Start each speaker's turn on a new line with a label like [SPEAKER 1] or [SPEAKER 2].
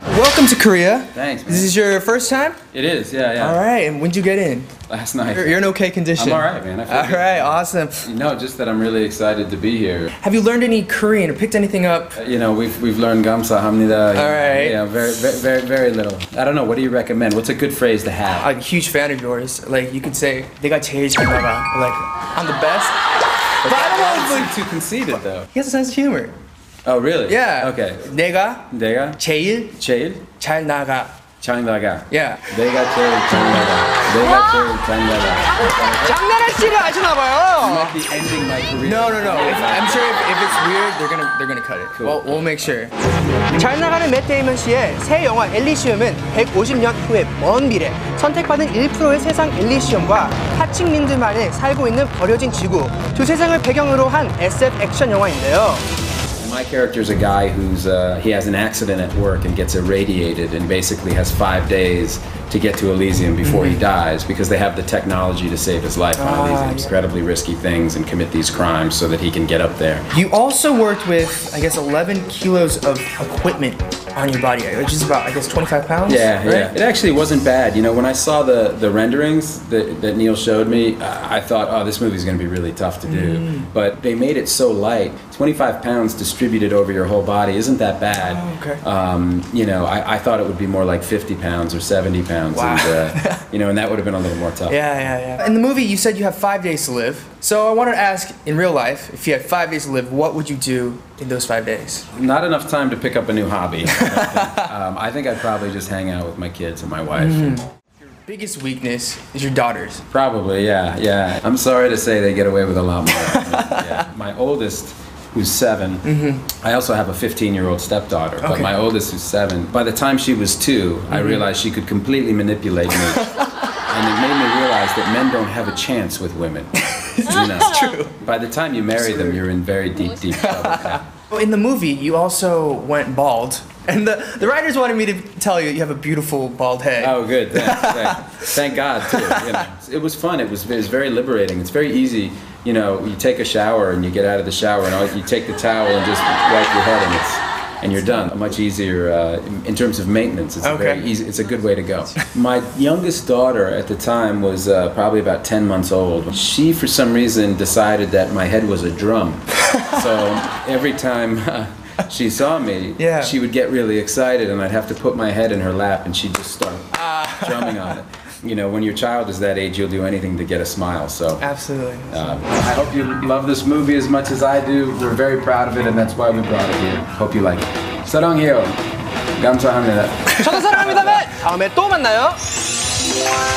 [SPEAKER 1] Welcome to Korea.
[SPEAKER 2] Thanks, man.
[SPEAKER 1] This is your first time?
[SPEAKER 2] It is, yeah, yeah.
[SPEAKER 1] All right, and when'd you get in?
[SPEAKER 2] Last night.
[SPEAKER 1] You're, you're in okay condition.
[SPEAKER 2] I'm all right, man. I feel
[SPEAKER 1] All
[SPEAKER 2] good.
[SPEAKER 1] right, awesome.
[SPEAKER 2] No, just that I'm really excited to be here. Uh,
[SPEAKER 1] Have you learned any Korean or picked anything up?
[SPEAKER 2] You know, we've we've learned gamsa hamnida.
[SPEAKER 1] All right.
[SPEAKER 2] Yeah, very very very, very little. I don't know. What do you recommend? What's a good phrase to have?
[SPEAKER 1] I'm a huge fan of yours. Like, you could say, 내가 제일 잘 나가. Like, I'm the best. But I don't know, it's like-
[SPEAKER 2] It's like too conceited though.
[SPEAKER 1] he has a sense of humor.
[SPEAKER 2] Oh, really?
[SPEAKER 1] Yeah.
[SPEAKER 2] Okay.
[SPEAKER 1] 내가
[SPEAKER 2] Dega,
[SPEAKER 1] 제일
[SPEAKER 2] cheil,
[SPEAKER 1] 잘 나가.
[SPEAKER 2] changdaga.
[SPEAKER 1] Yeah.
[SPEAKER 2] Dega cheil changdaga. Dega cheil changdaga.
[SPEAKER 1] 장난할 줄을 아시나 봐요.
[SPEAKER 2] The ending my career.
[SPEAKER 1] No, no, no. If, I'm sure if, if it's weird, they're gonna they're gonna cut it. We'll, we'll make sure. 잘 나가는 맷 데이먼 씨의 새 영화 엘리시움은 150년 후의 먼 미래 선택받은 1%의 세상 엘리시움과 하층민들만이 살고 있는 버려진 지구 두 세상을 배경으로 한 SF 액션 영화인데요.
[SPEAKER 2] My character's a guy who's uh, he has an accident at work and gets irradiated and basically has five days to get to Elysium before he dies because they have the technology to save his life on
[SPEAKER 1] Ah, yeah.
[SPEAKER 2] these incredibly risky things and commit these crimes so that he can get up there.
[SPEAKER 1] You also worked with I guess 11 kilos of equipment on your body, which is about I guess 25 pounds.
[SPEAKER 2] Yeah,
[SPEAKER 1] right?
[SPEAKER 2] yeah. It actually wasn't bad. You know, when I saw the, the renderings that, that Neil showed me, I I thought, oh, this movie's going to be really tough to do. But they made it so light. 25 pounds distributed over your whole body isn't that bad.
[SPEAKER 1] okay.
[SPEAKER 2] Um, you know, I, I thought it would be more like 50 pounds or 70 pounds.
[SPEAKER 1] Wow.
[SPEAKER 2] And, uh, you know, and that would have been a little more tough.
[SPEAKER 1] Yeah, yeah, yeah. In the movie, you said you have five days to live. So I wanted to ask, in real life, if you had five days to live, what would you do in those five days?
[SPEAKER 2] Not enough time to pick up a new hobby. I don't think. um, I think I'd probably just hang out with my kids and my
[SPEAKER 1] Hmm.
[SPEAKER 2] wife.
[SPEAKER 1] Biggest weakness is your daughters.
[SPEAKER 2] Probably, yeah, yeah. I'm sorry to say they get away with a lot more. Yeah. My oldest, who's 7 I also have a 15 year old stepdaughter, but
[SPEAKER 1] Okay.
[SPEAKER 2] my oldest, who's seven, by the time she was 2 I realized she could completely manipulate me. and it made me realize that men don't have a chance with women. It's true. By the time you marry them, you're in very deep, deep trouble.
[SPEAKER 1] In the movie, you also went bald. And the, the writers wanted me to tell you you have a beautiful bald head.
[SPEAKER 2] Oh, good. Thanks, thanks. Thank God. Too. You know. It was fun. It was, it was very liberating. It's very easy. You know, you take a shower and you get out of the shower and all, you take the towel and just wipe your head and it's and you're done. Much easier uh, in- in terms of maintenance. It's
[SPEAKER 1] Okay.
[SPEAKER 2] a very easy. It's a good way to go. My youngest daughter at the time was uh, probably about 10 months old. She, for some reason, decided that my head was a drum. so every time. Uh, she saw me.
[SPEAKER 1] Yeah.
[SPEAKER 2] She would get really excited, and I'd have to put my head in her lap, and she'd just start drumming on it. You know, when your child is that age, you'll do anything to get a smile. So
[SPEAKER 1] Absolutely.
[SPEAKER 2] uh, I hope you love this movie as much as I do. We're very proud of it, and that's why we brought it here. Hope you like it. 사랑해요. 감사합니다.
[SPEAKER 1] 저도 사랑합니다만 다음에 또 만나요.